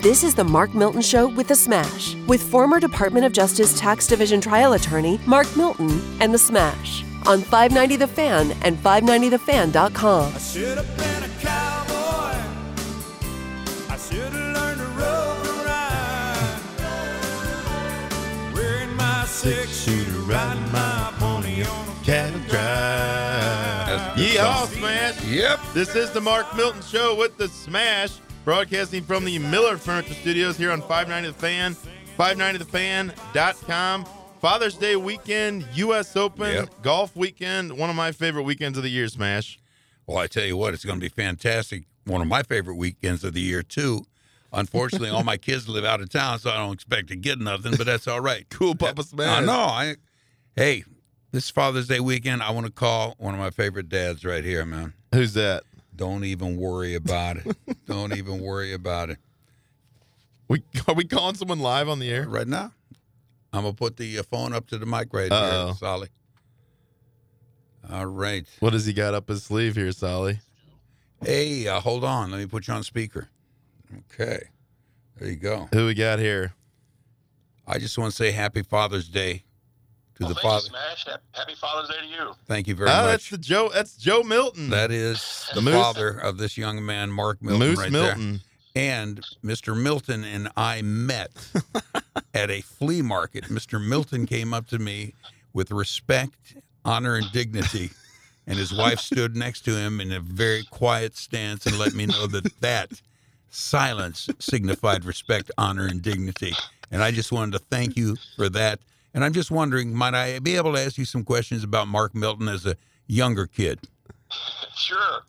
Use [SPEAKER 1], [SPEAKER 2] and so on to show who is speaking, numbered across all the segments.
[SPEAKER 1] This is the Mark Milton Show with The Smash, with former Department of Justice Tax Division trial attorney Mark Milton and The Smash on 590 The Fan and 590TheFan.com.
[SPEAKER 2] Should have been a cowboy. I should have learned to rope and ride. Wearing my six shooter, riding my pony on a cattle drive.
[SPEAKER 3] Ye all smash.
[SPEAKER 4] Yep.
[SPEAKER 3] This is the Mark Milton Show with the Smash, broadcasting from the Miller Furniture Studios here on 590 The Fan, 590thefan.com. Father's Day weekend, U.S. Open,
[SPEAKER 4] Yep.
[SPEAKER 3] golf weekend, one of my favorite weekends of the year, Smash.
[SPEAKER 4] Well, I tell you what, it's going to be fantastic. One of my favorite weekends of the year, too. Unfortunately, all my kids live out of town, so I don't expect to get nothing, but that's all right.
[SPEAKER 3] Cool, Papa Smash.
[SPEAKER 4] I know. I, hey, this Father's Day weekend, I want to call one of my favorite dads right here, man.
[SPEAKER 3] Who's that?
[SPEAKER 4] Don't even worry about it. don't even worry about it.
[SPEAKER 3] We, are we calling someone live on the air?
[SPEAKER 4] Right now, I'm going to put the uh, phone up to the mic right
[SPEAKER 3] Uh-oh.
[SPEAKER 4] here, Solly. All right.
[SPEAKER 3] What has he got up his sleeve here, Solly?
[SPEAKER 4] Hey, uh, hold on. Let me put you on speaker. Okay. There you go.
[SPEAKER 3] Who we got here?
[SPEAKER 4] I just want to say Happy Father's Day to
[SPEAKER 5] Well,
[SPEAKER 4] the
[SPEAKER 5] thank
[SPEAKER 4] father.
[SPEAKER 5] you, Smash. Ha- Happy Father's Day to you.
[SPEAKER 4] Thank you
[SPEAKER 3] Oh,
[SPEAKER 4] very
[SPEAKER 3] that's
[SPEAKER 4] much.
[SPEAKER 3] the Joe. That's Joe Milton.
[SPEAKER 4] That is the,
[SPEAKER 3] The Moose-
[SPEAKER 4] father of this young man, Mark Milton,
[SPEAKER 3] Moose
[SPEAKER 4] right
[SPEAKER 3] Milton.
[SPEAKER 4] there. And Mr. Milton and I met at a flea market. Mr. Milton came up to me with respect, honor, and dignity. And his wife stood next to him in a very quiet stance and let me know that that silence signified respect, honor, and dignity. And I just wanted to thank you for that. And I'm just wondering, might I be able to ask you some questions about Mark Milton as a younger kid?
[SPEAKER 5] Sure.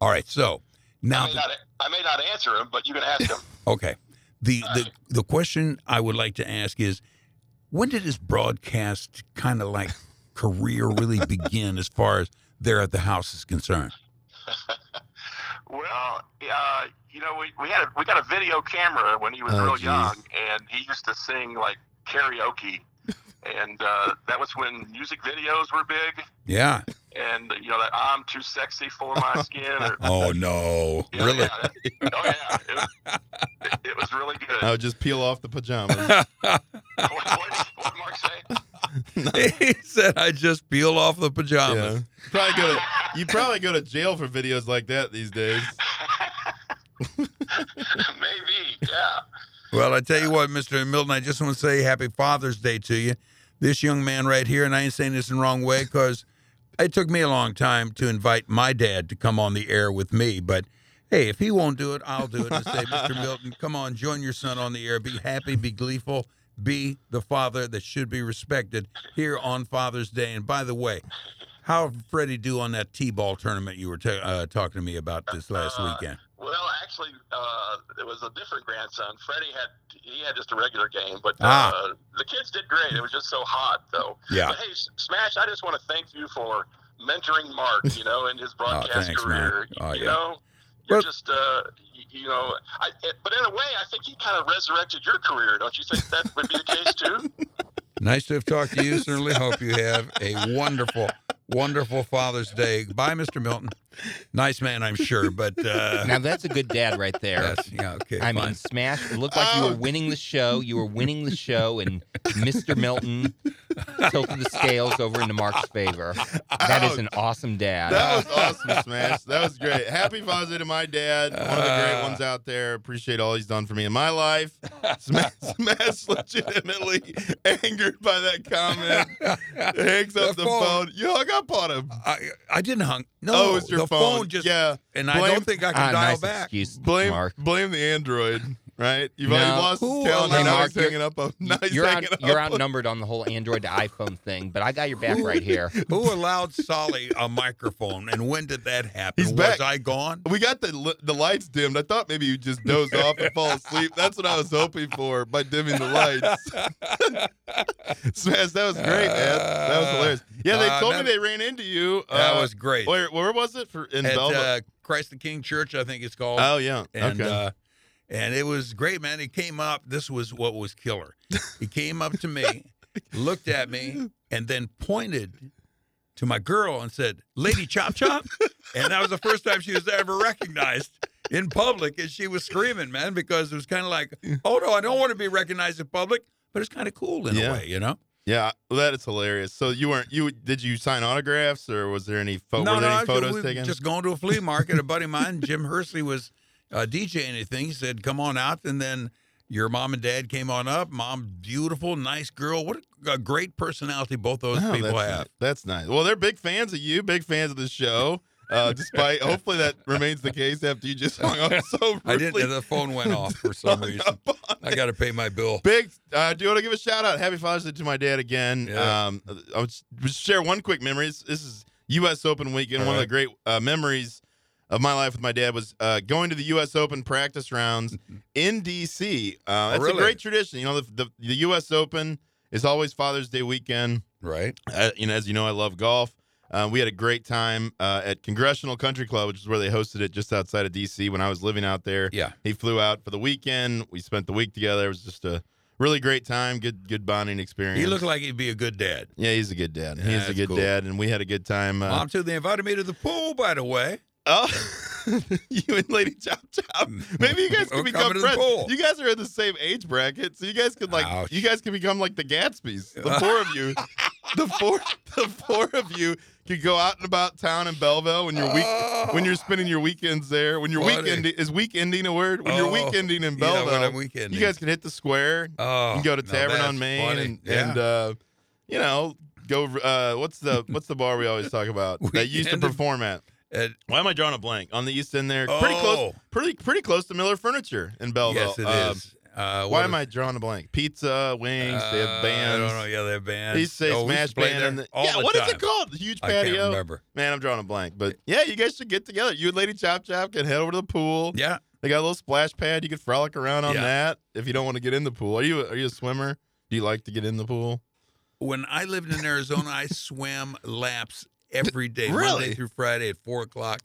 [SPEAKER 4] All right. So now,
[SPEAKER 5] I may, not, I may not answer him, but you can ask him.
[SPEAKER 4] okay. The, the the question I would like to ask is, when did his broadcast kind of like career really begin, as far as there at the house is concerned?
[SPEAKER 5] well, uh, you know, we, we had a, we got a video camera when he was
[SPEAKER 3] Oh,
[SPEAKER 5] real
[SPEAKER 3] geez.
[SPEAKER 5] young, and he used to sing like karaoke, and uh, that was when music videos were big,
[SPEAKER 4] Yeah.
[SPEAKER 5] and you know that I'm too sexy for my skin. Or,
[SPEAKER 4] Oh no!
[SPEAKER 5] yeah,
[SPEAKER 4] really?
[SPEAKER 5] yeah, that- oh yeah, it was, it, it was really good.
[SPEAKER 3] I would just peel off the pajamas.
[SPEAKER 5] what, what, what did Mark say?
[SPEAKER 4] he said, "I just peel off the
[SPEAKER 3] yeah.
[SPEAKER 4] pajamas."
[SPEAKER 3] Probably go to you probably go to jail for videos like that these days.
[SPEAKER 5] Maybe, yeah.
[SPEAKER 4] Well, I tell you what, Mister Milton, I just want to say Happy Father's Day to you. This young man right here, and I ain't saying this in the wrong way, because it took me a long time to invite my dad to come on the air with me. But hey, if he won't do it, I'll do it and say, Mister Milton, come on, join your son on the air. Be happy, be gleeful, be the father that should be respected here on Father's Day. And by the way. How did Freddie do on that T-ball tournament you were ta uh, talking to me about this last
[SPEAKER 5] Uh,
[SPEAKER 4] weekend?
[SPEAKER 5] Well, actually, uh, it was a different grandson. Freddie had he had just a regular game, but uh,
[SPEAKER 4] Ah.
[SPEAKER 5] the kids did great. It was just so hot, though.
[SPEAKER 4] Yeah.
[SPEAKER 5] But hey, S- Smash! I just want to thank you for mentoring Mark. You know, in his broadcast
[SPEAKER 4] Oh, thanks, man.
[SPEAKER 5] career.
[SPEAKER 4] Oh,
[SPEAKER 5] you
[SPEAKER 4] yeah.
[SPEAKER 5] know, you're
[SPEAKER 4] Well-
[SPEAKER 5] just uh, y- you know, I, it, but in a way, I think he kind of resurrected your career. Don't you think that would be the case too?
[SPEAKER 4] Nice to have talked to you. Certainly hope you have a wonderful, wonderful Father's Day. Bye, Mr. Milton. Nice man, I'm sure, but uh,
[SPEAKER 6] Now that's a good dad right there.
[SPEAKER 4] yes, yeah, okay,
[SPEAKER 6] I
[SPEAKER 4] fine.
[SPEAKER 6] mean, smash! It looked like you were winning the show. You were winning the show, and Mr. Milton tilted the scales over into Mark's favor. That is an awesome dad.
[SPEAKER 3] That was awesome, Smash. That was great. Happy Father's Day to my dad, one of the great ones out there. Appreciate all he's done for me in my life. Smash, Smash legitimately angered by that comment. Hangs up
[SPEAKER 4] The
[SPEAKER 3] the,
[SPEAKER 4] phone.
[SPEAKER 3] phone. You hung up on him.
[SPEAKER 4] I, I didn't hung. No,
[SPEAKER 3] oh, it's your
[SPEAKER 4] the phone.
[SPEAKER 3] phone.
[SPEAKER 4] just
[SPEAKER 3] yeah.
[SPEAKER 4] and I
[SPEAKER 3] blame-
[SPEAKER 4] don't think I can
[SPEAKER 6] Ah,
[SPEAKER 4] dial
[SPEAKER 6] nice
[SPEAKER 4] back.
[SPEAKER 6] excuse,
[SPEAKER 3] Blame
[SPEAKER 6] Mark.
[SPEAKER 3] blame the Android, right? You've
[SPEAKER 6] No.
[SPEAKER 3] already lost
[SPEAKER 4] Who
[SPEAKER 3] his calendar.
[SPEAKER 4] on
[SPEAKER 3] Now
[SPEAKER 6] Mark,
[SPEAKER 3] he's hanging up on. Now he's
[SPEAKER 6] You're,
[SPEAKER 3] hanging
[SPEAKER 6] out,
[SPEAKER 3] up
[SPEAKER 6] you're
[SPEAKER 3] on-
[SPEAKER 6] outnumbered on the whole Android to iPhone thing, but I got your back right here.
[SPEAKER 4] Who allowed Solly a microphone, and when did that happen?
[SPEAKER 3] He's
[SPEAKER 4] Was
[SPEAKER 3] back.
[SPEAKER 4] I gone?
[SPEAKER 3] We got the li- the lights dimmed. I thought maybe you just doze off and fall asleep. That's what I was hoping for by dimming the lights. Smash, that was great, man. That was hilarious. Yeah, they
[SPEAKER 4] Uh,
[SPEAKER 3] told
[SPEAKER 4] that-
[SPEAKER 3] me they ran into you.
[SPEAKER 4] That was great.
[SPEAKER 3] Where where was it for Uh, in
[SPEAKER 4] At
[SPEAKER 3] Belva?
[SPEAKER 4] uh, Christ the King Church, I think it's called.
[SPEAKER 3] oh yeah.
[SPEAKER 4] and
[SPEAKER 3] okay.
[SPEAKER 4] uh, and it was great, man. He came up. This was what was killer. He came up to me, looked at me, and then pointed to my girl and said, "Lady Chop Chop," and that was the first time she was ever recognized. in public, and she was screaming, man, because it was kind of like, oh no, I don't want to be recognized in public, but it's kind of cool in
[SPEAKER 3] Yeah.
[SPEAKER 4] a way, you know.
[SPEAKER 3] Yeah, well, that is hilarious. So you weren't you did you sign autographs or was there any photo?
[SPEAKER 4] no,
[SPEAKER 3] were
[SPEAKER 4] no,
[SPEAKER 3] there any
[SPEAKER 4] I was
[SPEAKER 3] photos
[SPEAKER 4] just, we
[SPEAKER 3] taken?
[SPEAKER 4] just going to a flea market. A buddy of mine, Jim Hursley, was uh, DJing a thing. He said, "Come on out," and then your mom and dad came on up. Mom, beautiful, nice girl. What a, a great personality both those
[SPEAKER 3] Oh,
[SPEAKER 4] people
[SPEAKER 3] that's
[SPEAKER 4] have.
[SPEAKER 3] Nice. That's nice. Well, they're big fans of you, big fans of the show. Uh, despite hopefully that remains the case after you just hung up so rudely.
[SPEAKER 4] I didn't. The phone went off for some
[SPEAKER 3] hung
[SPEAKER 4] reason.
[SPEAKER 3] up on
[SPEAKER 4] I got to pay my bill.
[SPEAKER 3] Big, uh, I do want to give a shout out. Happy Father's Day to my dad again.
[SPEAKER 4] Yeah.
[SPEAKER 3] Um, I'll s- just share one quick memory. This- This is U.S. Open weekend.
[SPEAKER 4] All
[SPEAKER 3] one of the
[SPEAKER 4] right.
[SPEAKER 3] great uh, memories of my life with my dad was uh, going to the U.S. Open practice rounds in D.C. Uh, that's
[SPEAKER 4] Oh, really?
[SPEAKER 3] a great tradition. You know, the, the, the U.S. Open is always Father's Day weekend.
[SPEAKER 4] Right.
[SPEAKER 3] Uh, you know, as you know, I love golf. Uh, we had a great time uh, at Congressional Country Club, which is where they hosted it just outside of D.C. when I was living out there.
[SPEAKER 4] Yeah.
[SPEAKER 3] He flew out for the weekend. We spent the week together. It was just a really great time. Good, good bonding experience.
[SPEAKER 4] He looked like he'd be a good dad.
[SPEAKER 3] yeah, he's a good dad.
[SPEAKER 4] Yeah,
[SPEAKER 3] he's a
[SPEAKER 4] that's
[SPEAKER 3] good
[SPEAKER 4] cool.
[SPEAKER 3] dad, and we had a good time. Uh,
[SPEAKER 4] Mom, too. They invited me to the pool, by the way.
[SPEAKER 3] oh, you and Lady Chop Chop. Maybe you guys
[SPEAKER 4] We're
[SPEAKER 3] could become
[SPEAKER 4] coming to the
[SPEAKER 3] friends.
[SPEAKER 4] pool.
[SPEAKER 3] You guys are in the same age bracket, so you guys could like
[SPEAKER 4] Ouch.
[SPEAKER 3] you guys could become like the Gatsby's. The four of you, the four, the four of you could go out and about town in Belleville when you're week when you're spending your weekends there. When your
[SPEAKER 4] Funny.
[SPEAKER 3] weekend is weekending a word. When
[SPEAKER 4] Oh,
[SPEAKER 3] you're weekending in
[SPEAKER 4] yeah,
[SPEAKER 3] Belleville,
[SPEAKER 4] when I'm weekending.
[SPEAKER 3] you guys could hit the square.
[SPEAKER 4] Oh,
[SPEAKER 3] you can go to
[SPEAKER 4] now
[SPEAKER 3] Tavern
[SPEAKER 4] that's
[SPEAKER 3] on Main
[SPEAKER 4] funny.
[SPEAKER 3] and,
[SPEAKER 4] Yeah.
[SPEAKER 3] and uh, you know go. Uh, what's the what's the bar we always talk about that you used to
[SPEAKER 4] Weekend in-
[SPEAKER 3] perform at?
[SPEAKER 4] And-
[SPEAKER 3] Why am I drawing a blank on the east end there? Pretty close,
[SPEAKER 4] Oh.
[SPEAKER 3] pretty pretty close to Miller Furniture in Belleville.
[SPEAKER 4] yes, it is.
[SPEAKER 3] Um,
[SPEAKER 4] Uh,
[SPEAKER 3] Why
[SPEAKER 4] what
[SPEAKER 3] am
[SPEAKER 4] is-
[SPEAKER 3] I drawing a blank? Pizza, wings, they
[SPEAKER 4] Uh,
[SPEAKER 3] have bands.
[SPEAKER 4] I don't know. Yeah, they have bands.
[SPEAKER 3] They used to say
[SPEAKER 4] Oh, we used
[SPEAKER 3] smash
[SPEAKER 4] to play
[SPEAKER 3] band.
[SPEAKER 4] there
[SPEAKER 3] and the-
[SPEAKER 4] all
[SPEAKER 3] yeah,
[SPEAKER 4] the
[SPEAKER 3] what is
[SPEAKER 4] time.
[SPEAKER 3] it called? The huge
[SPEAKER 4] I can't
[SPEAKER 3] patio.
[SPEAKER 4] remember.
[SPEAKER 3] Man, I'm drawing a blank. But yeah, you guys should get together. You and Lady Chop Chop can head over to the pool.
[SPEAKER 4] Yeah.
[SPEAKER 3] They got a little splash pad. You could frolic around on
[SPEAKER 4] Yeah.
[SPEAKER 3] that if you don't want to get in the pool. Are you a- are you a swimmer? Do you like to get in the pool?
[SPEAKER 4] When I lived in Arizona, I swam laps every day,
[SPEAKER 3] Really?
[SPEAKER 4] Monday through Friday at four o'clock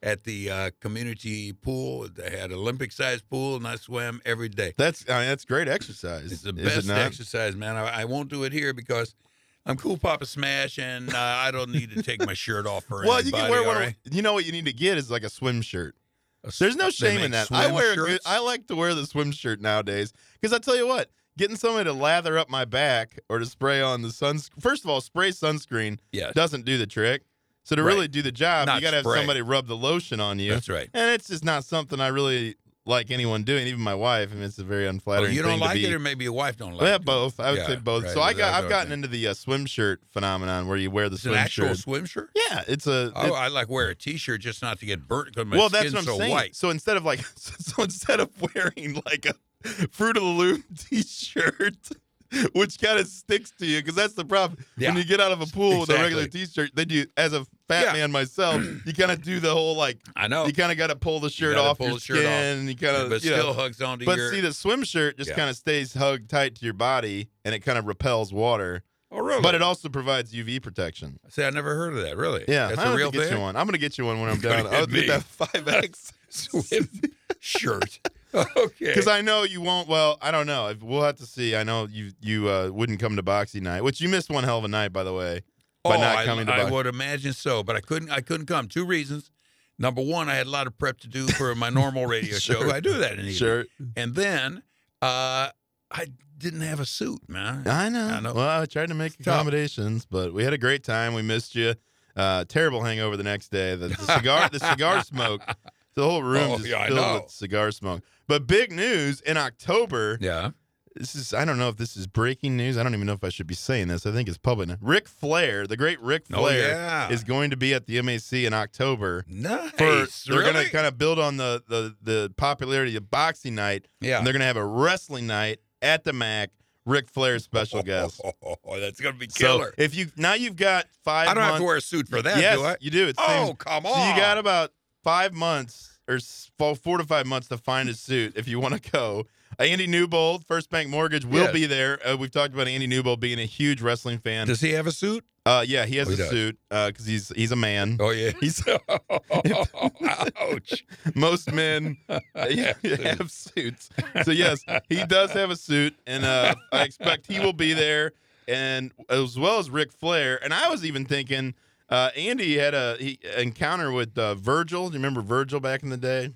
[SPEAKER 4] at the uh, community pool. They had Olympic-sized pool, and I swam every day.
[SPEAKER 3] That's I mean, that's great exercise.
[SPEAKER 4] It's the
[SPEAKER 3] is it
[SPEAKER 4] best
[SPEAKER 3] not?
[SPEAKER 4] exercise, man. I, I won't do it here because I'm cool, Papa Smash, and uh, I don't need to take my shirt off for
[SPEAKER 3] Well, you
[SPEAKER 4] anybody.
[SPEAKER 3] can wear
[SPEAKER 4] all
[SPEAKER 3] one.
[SPEAKER 4] right?
[SPEAKER 3] You know what you need to get is like a swim shirt.
[SPEAKER 4] A s-
[SPEAKER 3] There's no
[SPEAKER 4] they
[SPEAKER 3] shame
[SPEAKER 4] make
[SPEAKER 3] in that. I
[SPEAKER 4] swim
[SPEAKER 3] wear. A good,
[SPEAKER 4] shirts?
[SPEAKER 3] I like to wear the swim shirt nowadays because I tell you what, getting somebody to lather up my back or to spray on the sun. First of all, spray sunscreen
[SPEAKER 4] Yes,
[SPEAKER 3] doesn't do the trick. So to
[SPEAKER 4] Right.
[SPEAKER 3] really do the job,
[SPEAKER 4] Not
[SPEAKER 3] you got to have
[SPEAKER 4] spray.
[SPEAKER 3] somebody rub the lotion on you,
[SPEAKER 4] that's right.
[SPEAKER 3] and it's just not something I really like anyone doing. Even my wife. I mean, it's a very
[SPEAKER 4] Oh,
[SPEAKER 3] unflattering.
[SPEAKER 4] you don't
[SPEAKER 3] thing
[SPEAKER 4] like
[SPEAKER 3] to be,
[SPEAKER 4] it, or maybe your wife don't like
[SPEAKER 3] yeah,
[SPEAKER 4] it.
[SPEAKER 3] both. I would
[SPEAKER 4] Yeah,
[SPEAKER 3] say both.
[SPEAKER 4] right,
[SPEAKER 3] so I got,
[SPEAKER 4] that's
[SPEAKER 3] I've
[SPEAKER 4] what I
[SPEAKER 3] gotten
[SPEAKER 4] think.
[SPEAKER 3] into the uh, swim shirt phenomenon where you wear the
[SPEAKER 4] It's an
[SPEAKER 3] swim
[SPEAKER 4] actual
[SPEAKER 3] shirt.
[SPEAKER 4] swim shirt.
[SPEAKER 3] Yeah, it's a.
[SPEAKER 4] Oh,
[SPEAKER 3] it's-
[SPEAKER 4] I like wear a T-shirt just not to get burnt because my
[SPEAKER 3] well, that's
[SPEAKER 4] skin's
[SPEAKER 3] what I'm
[SPEAKER 4] so
[SPEAKER 3] saying.
[SPEAKER 4] white.
[SPEAKER 3] So instead of like, so instead of wearing like a Fruit of the Loom T-shirt, which kind of sticks to you, because that's the problem.
[SPEAKER 4] Yeah.
[SPEAKER 3] When you get out of a pool with a regular
[SPEAKER 4] Exactly.
[SPEAKER 3] T-shirt, then you, as a fat
[SPEAKER 4] Yeah.
[SPEAKER 3] man myself, you kind of do the whole like,
[SPEAKER 4] I know,
[SPEAKER 3] you kind of got to pull the shirt
[SPEAKER 4] gotta
[SPEAKER 3] off
[SPEAKER 4] pull
[SPEAKER 3] your
[SPEAKER 4] the shirt off.
[SPEAKER 3] skin, and you kind of,
[SPEAKER 4] but
[SPEAKER 3] you
[SPEAKER 4] still
[SPEAKER 3] know,
[SPEAKER 4] hugs onto
[SPEAKER 3] but
[SPEAKER 4] your.
[SPEAKER 3] see, the swim shirt just
[SPEAKER 4] Yeah.
[SPEAKER 3] kind of stays hugged tight to your body, and it kind of repels water.
[SPEAKER 4] oh, really?
[SPEAKER 3] But it also provides UV protection.
[SPEAKER 4] see, I never heard of that. Really?
[SPEAKER 3] Yeah,
[SPEAKER 4] that's
[SPEAKER 3] I
[SPEAKER 4] a
[SPEAKER 3] have
[SPEAKER 4] real
[SPEAKER 3] to get you
[SPEAKER 4] thing.
[SPEAKER 3] one. I'm gonna get you one when I'm
[SPEAKER 4] You're gonna
[SPEAKER 3] done. I'll
[SPEAKER 4] hit
[SPEAKER 3] get that five X
[SPEAKER 4] Swim shirt. Okay.
[SPEAKER 3] because I know you won't. Well, I don't know. If- We'll have to see. I know you you uh, wouldn't come to boxing night, which you missed one hell of a night, by the way. by
[SPEAKER 4] oh,
[SPEAKER 3] not
[SPEAKER 4] I,
[SPEAKER 3] coming to
[SPEAKER 4] I
[SPEAKER 3] Buc-
[SPEAKER 4] would imagine so, but I couldn't. I couldn't come. Two reasons. Number one, I had a lot of prep to do for my normal radio
[SPEAKER 3] Sure.
[SPEAKER 4] show. I do that in the evening.
[SPEAKER 3] Sure,
[SPEAKER 4] And then uh, I didn't have a suit, man.
[SPEAKER 3] I know.
[SPEAKER 4] I know.
[SPEAKER 3] Well, I tried to make
[SPEAKER 4] tough.
[SPEAKER 3] accommodations, but we had a great time. We missed you. Uh, terrible hangover the next day. The, the cigar, the cigar smoke. The whole room
[SPEAKER 4] Oh,
[SPEAKER 3] just
[SPEAKER 4] yeah, I
[SPEAKER 3] filled
[SPEAKER 4] know.
[SPEAKER 3] with cigar smoke. But big news in October.
[SPEAKER 4] Yeah.
[SPEAKER 3] this is I don't know if this is breaking news. I don't even know if I should be saying this. I think it's public now. Rick Flair, the great Rick
[SPEAKER 4] Oh,
[SPEAKER 3] Flair,
[SPEAKER 4] yeah.
[SPEAKER 3] is going to be at the MAC in October.
[SPEAKER 4] nice.
[SPEAKER 3] they're
[SPEAKER 4] really?
[SPEAKER 3] going to kind of build on the the the popularity of boxing night.
[SPEAKER 4] yeah.
[SPEAKER 3] And they're going to have a wrestling night at the MAC. Rick Flair's special guest.
[SPEAKER 4] Oh, that's gonna be
[SPEAKER 3] So
[SPEAKER 4] killer.
[SPEAKER 3] if you now you've got five.
[SPEAKER 4] I don't have to
[SPEAKER 3] months-
[SPEAKER 4] wear a suit for that,
[SPEAKER 3] yes,
[SPEAKER 4] do I?
[SPEAKER 3] you do. It's
[SPEAKER 4] Oh,
[SPEAKER 3] same-
[SPEAKER 4] come
[SPEAKER 3] so
[SPEAKER 4] on.
[SPEAKER 3] you got about five months or s- four four to five months to find a suit if you want to go. Andy Newbold, First Bank Mortgage, will
[SPEAKER 4] Yes.
[SPEAKER 3] be there. Uh, we've talked about Andy Newbold being a huge wrestling fan.
[SPEAKER 4] Does he have a suit?
[SPEAKER 3] Uh, yeah, he has
[SPEAKER 4] Oh,
[SPEAKER 3] a
[SPEAKER 4] he does.
[SPEAKER 3] suit because he's he's a man.
[SPEAKER 4] Oh yeah.
[SPEAKER 3] He's
[SPEAKER 4] Ouch.
[SPEAKER 3] most men yeah, have suits. So yes, he does have a suit, and uh, I expect he will be there, and as well as Ric Flair. And I was even thinking, uh, Andy had a he, encounter with uh, Virgil. Do you remember Virgil back in the day?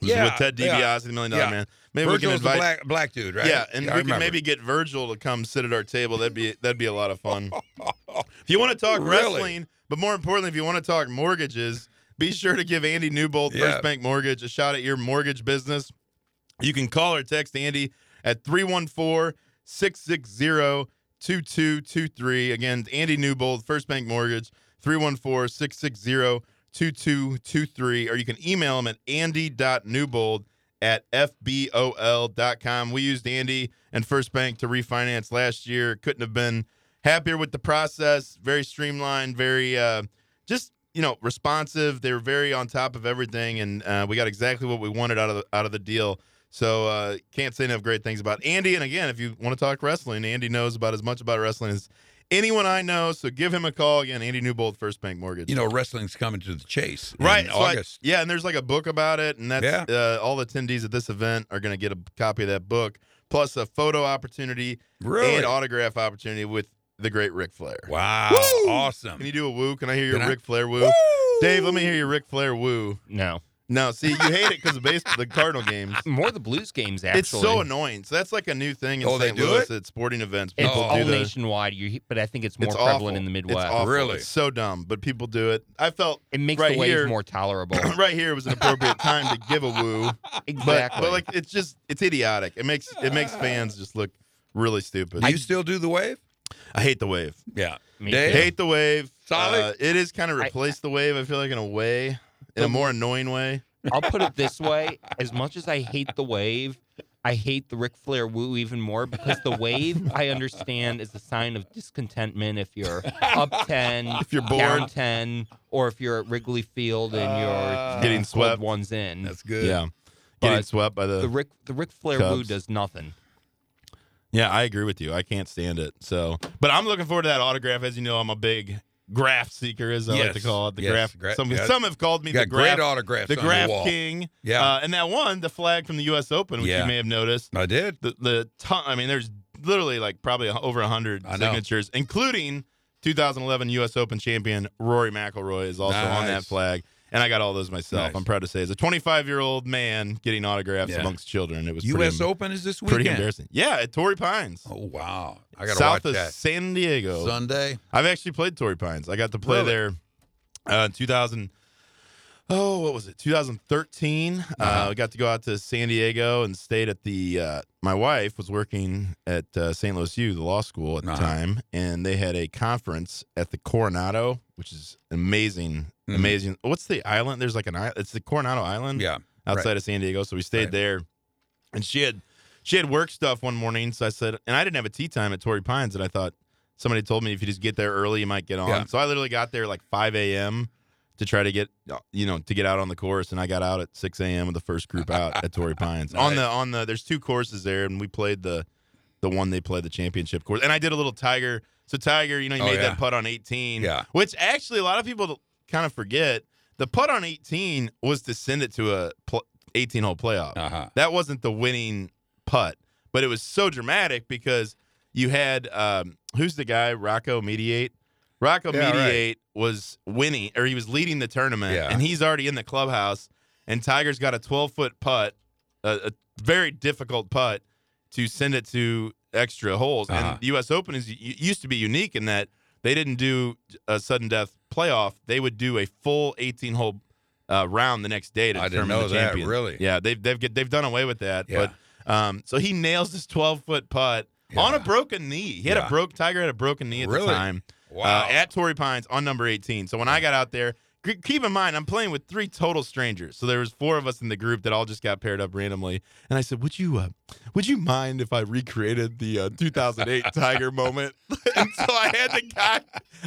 [SPEAKER 3] was
[SPEAKER 4] Yeah,
[SPEAKER 3] with Ted DiBiase,
[SPEAKER 4] yeah.
[SPEAKER 3] the Million Dollar
[SPEAKER 4] Yeah.
[SPEAKER 3] Man. Maybe
[SPEAKER 4] Virgil's
[SPEAKER 3] we can invite.
[SPEAKER 4] the black, black dude, right?
[SPEAKER 3] Yeah, and
[SPEAKER 4] I
[SPEAKER 3] we can
[SPEAKER 4] remember.
[SPEAKER 3] maybe get Virgil to come sit at our table. That'd be that'd be a lot of fun. if you want to talk
[SPEAKER 4] Really?
[SPEAKER 3] wrestling, but more importantly, if you want to talk mortgages, be sure to give Andy Newbolt
[SPEAKER 4] Yeah.
[SPEAKER 3] First Bank Mortgage a shot at your mortgage business. You can call or text Andy at 314-660-2223. Again, Andy Newbold, First Bank Mortgage, 314-660-2223. Or you can email him at andy.newbold at fbol.com. We used Andy and First Bank to refinance last year. Couldn't have been happier with the process. Very streamlined, very uh, just you know responsive. They were very on top of everything, and uh, we got exactly what we wanted out of the, out of the deal. So uh, can't say enough great things about Andy. And again, if you want to talk wrestling, Andy knows about as much about wrestling as anyone I know. So give him a call again. Andy Newbold, First Bank Mortgage
[SPEAKER 4] you know, wrestling's coming to the chase. in
[SPEAKER 3] right so I-
[SPEAKER 4] August.
[SPEAKER 3] yeah and there's like a book about it and that's uh, all attendees at this event are going to get a copy of that book plus a photo opportunity
[SPEAKER 4] really?
[SPEAKER 3] and autograph opportunity with the great Ric Flair
[SPEAKER 4] wow.
[SPEAKER 3] Woo!
[SPEAKER 4] Awesome.
[SPEAKER 3] can you do a woo can I hear your
[SPEAKER 4] Can I-
[SPEAKER 3] Ric Flair woo? Dave let me hear your Ric Flair woo
[SPEAKER 6] No,
[SPEAKER 3] no see you hate it because of base the Cardinal games
[SPEAKER 6] more the Blues games actually.
[SPEAKER 3] it's so annoying so that's like a new thing in
[SPEAKER 4] Oh, they
[SPEAKER 3] St.
[SPEAKER 4] do
[SPEAKER 3] Louis
[SPEAKER 4] it?
[SPEAKER 3] at sporting events
[SPEAKER 6] It's
[SPEAKER 3] people
[SPEAKER 4] Oh.
[SPEAKER 6] all
[SPEAKER 3] do the,
[SPEAKER 6] nationwide, you, but I think it's more
[SPEAKER 3] it's awful.
[SPEAKER 6] prevalent in the
[SPEAKER 3] it's
[SPEAKER 6] Midwest.
[SPEAKER 3] awful.
[SPEAKER 4] Really?
[SPEAKER 3] It's so dumb but people do it I felt
[SPEAKER 6] It makes
[SPEAKER 3] Right
[SPEAKER 6] the waves
[SPEAKER 3] here-
[SPEAKER 6] more tolerable.
[SPEAKER 3] right here was an appropriate time to give a woo But,
[SPEAKER 6] exactly. Uh.
[SPEAKER 3] but like it's just it's idiotic. It makes it makes fans just look really stupid.
[SPEAKER 4] Do you still do the wave?
[SPEAKER 3] I hate the wave.
[SPEAKER 4] Yeah.
[SPEAKER 6] Me
[SPEAKER 4] Dave?
[SPEAKER 6] too.
[SPEAKER 3] Hate the wave.
[SPEAKER 4] Solid.
[SPEAKER 3] Uh, it is kind of
[SPEAKER 6] I-
[SPEAKER 3] replaced the wave. I feel like in a way, in a more annoying way.
[SPEAKER 6] I'll put it this way: as much as I hate the wave, I hate the Ric Flair woo even more because the wave I understand is a sign of discontentment. If you're up ten,
[SPEAKER 3] If you're
[SPEAKER 6] down
[SPEAKER 3] bored.
[SPEAKER 6] ten, or if you're at Wrigley Field and you're
[SPEAKER 4] Uh,
[SPEAKER 3] Getting
[SPEAKER 6] cold
[SPEAKER 3] swept.
[SPEAKER 6] ones in,
[SPEAKER 4] That's good.
[SPEAKER 3] Getting
[SPEAKER 6] But
[SPEAKER 3] swept by the,
[SPEAKER 6] the Ric the Ric Flair woo
[SPEAKER 3] Cubs.
[SPEAKER 6] does nothing.
[SPEAKER 3] Yeah, I agree with you. I can't stand it. So, but I'm looking forward to that autograph. As you know, I'm a big graph seeker, as I like to
[SPEAKER 4] Yes.
[SPEAKER 3] call it. The
[SPEAKER 4] Yes.
[SPEAKER 3] graph.
[SPEAKER 4] Gra-
[SPEAKER 3] some
[SPEAKER 4] yeah.
[SPEAKER 3] some have called me
[SPEAKER 4] You
[SPEAKER 3] the
[SPEAKER 4] got
[SPEAKER 3] graph.
[SPEAKER 4] great autographs
[SPEAKER 3] the
[SPEAKER 4] on
[SPEAKER 3] graph
[SPEAKER 4] your wall.
[SPEAKER 3] king.
[SPEAKER 4] Yeah.
[SPEAKER 3] Uh, and that one, the flag from the U.S. Open, which
[SPEAKER 4] Yeah.
[SPEAKER 3] you may have noticed.
[SPEAKER 4] I did.
[SPEAKER 3] the the ton. I mean, there's literally like probably a- over hundred
[SPEAKER 4] I know.
[SPEAKER 3] signatures, including 2011 U.S. Open champion Rory McIlroy is also on that
[SPEAKER 4] Nice.
[SPEAKER 3] flag, and I got all those myself.
[SPEAKER 4] Nice.
[SPEAKER 3] I'm proud to say, as a 25 year old man getting autographs
[SPEAKER 4] Yeah.
[SPEAKER 3] amongst children, it was
[SPEAKER 4] U.S.
[SPEAKER 3] pretty, em-
[SPEAKER 4] Open is this
[SPEAKER 3] pretty
[SPEAKER 4] weekend.
[SPEAKER 3] embarrassing. Yeah, at Torrey Pines,
[SPEAKER 4] Oh wow! I gotta
[SPEAKER 3] south
[SPEAKER 4] watch
[SPEAKER 3] of
[SPEAKER 4] that
[SPEAKER 3] San Diego.
[SPEAKER 4] Sunday.
[SPEAKER 3] I've actually played Torrey Pines. I got to play
[SPEAKER 4] Really?
[SPEAKER 3] there uh, in 2000. Oh, what was it? 2013. uh
[SPEAKER 4] Uh-huh.
[SPEAKER 3] we got to go out to San Diego and stayed at the. Uh, my wife was working at uh, St. Louis U, the law school at the
[SPEAKER 4] Uh-huh.
[SPEAKER 3] time, and they had a conference at the Coronado, which is amazing,
[SPEAKER 4] Mhm.
[SPEAKER 3] amazing. What's the island? There's like an island. It's the Coronado Island
[SPEAKER 4] Yeah,
[SPEAKER 3] outside of San Diego. So we stayed
[SPEAKER 4] Right.
[SPEAKER 3] there, and she had she had work stuff one morning. So I said, and I didn't have a tea time at Torrey Pines, and I thought somebody told me if you just get there early, you might get on.
[SPEAKER 4] Yeah.
[SPEAKER 3] So I literally got there like 5 a.m. to try to get you know to get out on the course, and I got out at 6 a.m. with the first group out at Torrey Pines on the
[SPEAKER 4] Nice.
[SPEAKER 3] on the. There's two courses there, and we played the the one they play the championship course. And I did a little Tiger. So Tiger, you know, you
[SPEAKER 4] Oh,
[SPEAKER 3] made
[SPEAKER 4] yeah.
[SPEAKER 3] that putt on 18.
[SPEAKER 4] Yeah.
[SPEAKER 3] Which actually a lot of people kind of forget. The putt on 18 was to send it to a pl- 18 hole playoff.
[SPEAKER 4] uh huh.
[SPEAKER 3] That wasn't the winning putt, but it was so dramatic because you had um, who's the guy Rocco Mediate. Rocco
[SPEAKER 4] Yeah, right.
[SPEAKER 3] Mediate was winning, or he was leading the tournament,
[SPEAKER 4] Yeah.
[SPEAKER 3] and he's already in the clubhouse. And Tiger's got a 12 foot putt, a, a very difficult putt to send it to extra holes.
[SPEAKER 4] Uh-huh.
[SPEAKER 3] And the U.S. Open is y- used to be unique in that they didn't do a sudden death playoff; they would do a full 18 hole uh, round the next day to
[SPEAKER 4] I didn't
[SPEAKER 3] determine
[SPEAKER 4] know
[SPEAKER 3] the
[SPEAKER 4] that,
[SPEAKER 3] champion.
[SPEAKER 4] really.
[SPEAKER 3] Yeah, they've they've get, they've done away with that.
[SPEAKER 4] Yeah.
[SPEAKER 3] But um, so he nails this 12 foot putt on a
[SPEAKER 4] Yeah.
[SPEAKER 3] broken knee. He had
[SPEAKER 4] Yeah.
[SPEAKER 3] a broke Tiger had a broken knee at
[SPEAKER 4] Really?
[SPEAKER 3] the time
[SPEAKER 4] Wow.
[SPEAKER 3] uh, at Torrey Pines on number 18. So when I got out there, c- keep in mind I'm playing with three total strangers. So there was four of us in the group that all just got paired up randomly. And I said, "Would you uh, would you mind if I recreated the uh, 2008 Tiger moment?" and so I had the guy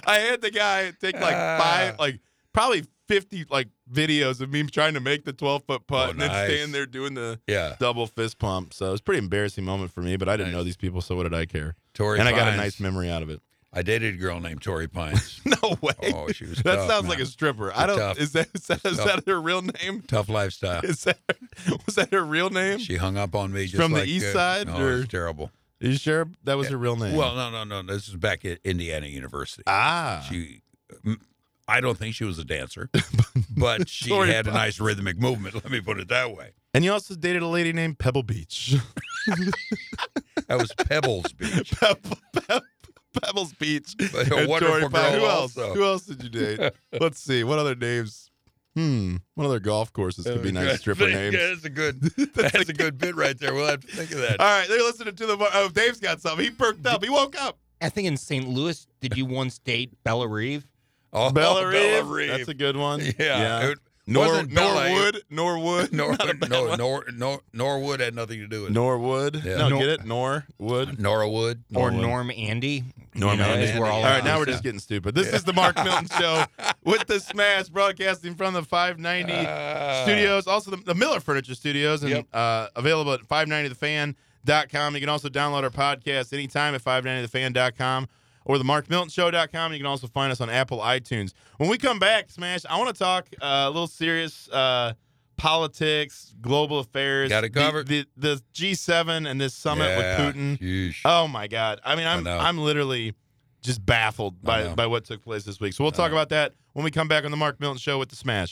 [SPEAKER 3] I had the guy take like
[SPEAKER 4] Ah.
[SPEAKER 3] five like probably 50 like videos of me trying to make the 12 foot putt
[SPEAKER 4] Oh,
[SPEAKER 3] and then
[SPEAKER 4] nice.
[SPEAKER 3] standing there doing the
[SPEAKER 4] yeah,
[SPEAKER 3] double fist pump. So it was a pretty embarrassing moment for me, but I didn't
[SPEAKER 4] Nice.
[SPEAKER 3] know these people, so what did I care?
[SPEAKER 4] Tori.
[SPEAKER 3] and I
[SPEAKER 4] Pines.
[SPEAKER 3] got a nice memory out of it.
[SPEAKER 4] I dated a girl named Tori Pines.
[SPEAKER 3] No way.
[SPEAKER 4] Oh, she was.
[SPEAKER 3] That
[SPEAKER 4] tough,
[SPEAKER 3] sounds
[SPEAKER 4] man.
[SPEAKER 3] like a stripper. I don't.
[SPEAKER 4] tough.
[SPEAKER 3] Is that is that, is
[SPEAKER 4] Tough.
[SPEAKER 3] that her real name?
[SPEAKER 4] tough lifestyle.
[SPEAKER 3] Is that was that her real name?
[SPEAKER 4] She hung up on me just
[SPEAKER 3] From the
[SPEAKER 4] like,
[SPEAKER 3] east
[SPEAKER 4] uh,
[SPEAKER 3] side,
[SPEAKER 4] No,
[SPEAKER 3] or-
[SPEAKER 4] it was terrible.
[SPEAKER 3] Are you sure that was her real name?
[SPEAKER 4] Well, no, no, no. This is back at Indiana University.
[SPEAKER 3] ah,
[SPEAKER 4] She m- I don't think she was a dancer, but she
[SPEAKER 3] Sorry,
[SPEAKER 4] had a nice rhythmic movement. Let me put it that way.
[SPEAKER 3] And you also dated a lady named Pebble Beach.
[SPEAKER 4] That was Pebbles Beach.
[SPEAKER 3] Pebble, Pebble, Pebbles Beach.
[SPEAKER 4] But a
[SPEAKER 3] and
[SPEAKER 4] wonderful
[SPEAKER 3] Torrey Pine.
[SPEAKER 4] girl
[SPEAKER 3] Who else?
[SPEAKER 4] also.
[SPEAKER 3] Who else did you date? Let's see. What other names? Hmm. What other golf courses could be nice stripper
[SPEAKER 4] Yeah,
[SPEAKER 3] names?
[SPEAKER 4] That's a good. That's, a good bit right there. We'll have to think of that.
[SPEAKER 3] All right, they're listening to the. Oh, Dave's got something. He perked up. He woke up.
[SPEAKER 6] I think in St. Louis, did you once date Bella Reeve?
[SPEAKER 4] Oh,
[SPEAKER 3] Bella
[SPEAKER 4] Bella
[SPEAKER 3] Reeve. That's a good one.
[SPEAKER 4] yeah. It
[SPEAKER 3] Nor,
[SPEAKER 4] wasn't Bella, it-
[SPEAKER 3] Norwood. Norwood.
[SPEAKER 4] Nor, no, nor, nor, Norwood had nothing to do with it.
[SPEAKER 3] Norwood.
[SPEAKER 4] Yeah.
[SPEAKER 3] No,
[SPEAKER 4] Nor-
[SPEAKER 3] get it? Norwood.
[SPEAKER 4] Norwood.
[SPEAKER 6] Or
[SPEAKER 3] Norwood.
[SPEAKER 6] Norm Andy?
[SPEAKER 4] Norm
[SPEAKER 6] you know,
[SPEAKER 4] Andy.
[SPEAKER 6] As we're all
[SPEAKER 3] All right,
[SPEAKER 6] around.
[SPEAKER 3] now we're just getting stupid. This is the Mark Milton Show with the Smash broadcasting from the 590
[SPEAKER 4] Ah.
[SPEAKER 3] Studios, also the, the Miller Furniture Studios, and
[SPEAKER 4] Yep.
[SPEAKER 3] uh, available at 590thefan.com. You can also download our podcast anytime at 590thefan.com or the markmiltonshow.com. You can also find us on Apple iTunes. When we come back, Smash, I want to talk uh, a little serious uh, politics, global affairs.
[SPEAKER 4] Got it
[SPEAKER 3] the-
[SPEAKER 4] covered.
[SPEAKER 3] The, the, G7 and this summit
[SPEAKER 4] Yeah.
[SPEAKER 3] with Putin.
[SPEAKER 4] Yeesh.
[SPEAKER 3] Oh my God! I mean, I'm
[SPEAKER 4] know.
[SPEAKER 3] I'm literally just baffled
[SPEAKER 4] I
[SPEAKER 3] by
[SPEAKER 4] know.
[SPEAKER 3] by what took place this week. So we'll talk about that when we come back on the Mark Milton Show with the Smash.